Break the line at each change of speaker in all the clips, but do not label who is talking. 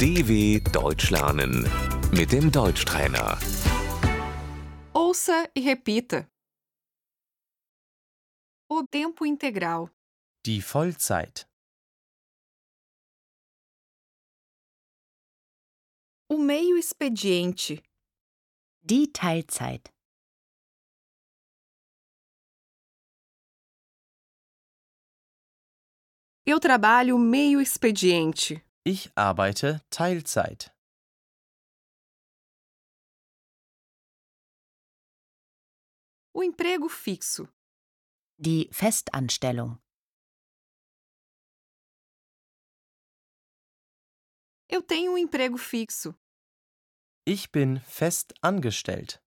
DW Deutsch lernen mit dem Deutschtrainer.
Ouça e repita. O tempo integral,
Die Vollzeit.
o meio expediente,
Die Teilzeit.
eu trabalho meio expediente,
Ich arbeite Teilzeit.
o emprego fixo,
Die Festanstellung.
eu tenho um emprego fixo,
Ich bin fest angestellt.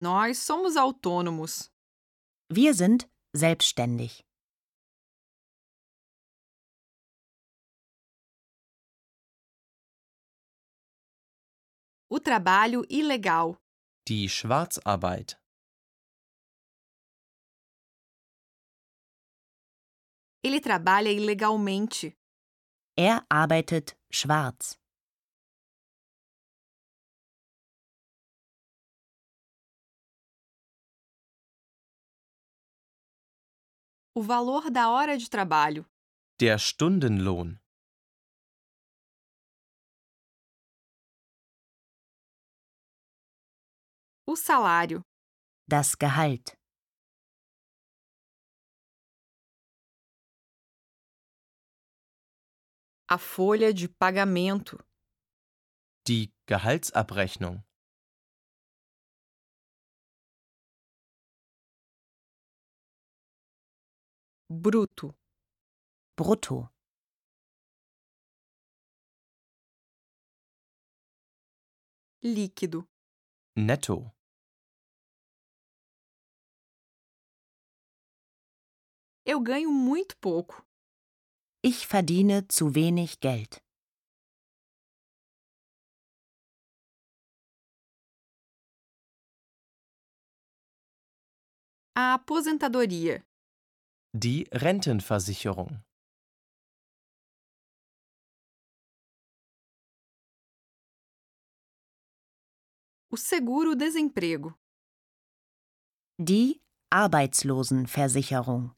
nós somos autônomos,
Wir sind selbstständig.
o trabalho ilegal,
Die Schwarzarbeit.
ele trabalha ilegalmente,
Er arbeitet schwarz.
o valor da hora de trabalho,
Der Stundenlohn.
o salário,
Das Gehalt.
a folha de pagamento,
Die Gehaltsabrechnung.
bruto,
Brutto.
líquido,
Netto.
eu ganho muito pouco.
Ich verdiene zu wenig Geld.
A aposentadoria.
Die Rentenversicherung.
O seguro-desemprego.
Die Arbeitslosenversicherung.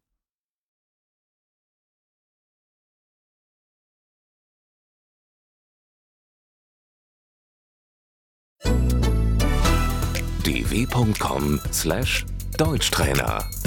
dw.com/deutschtrainer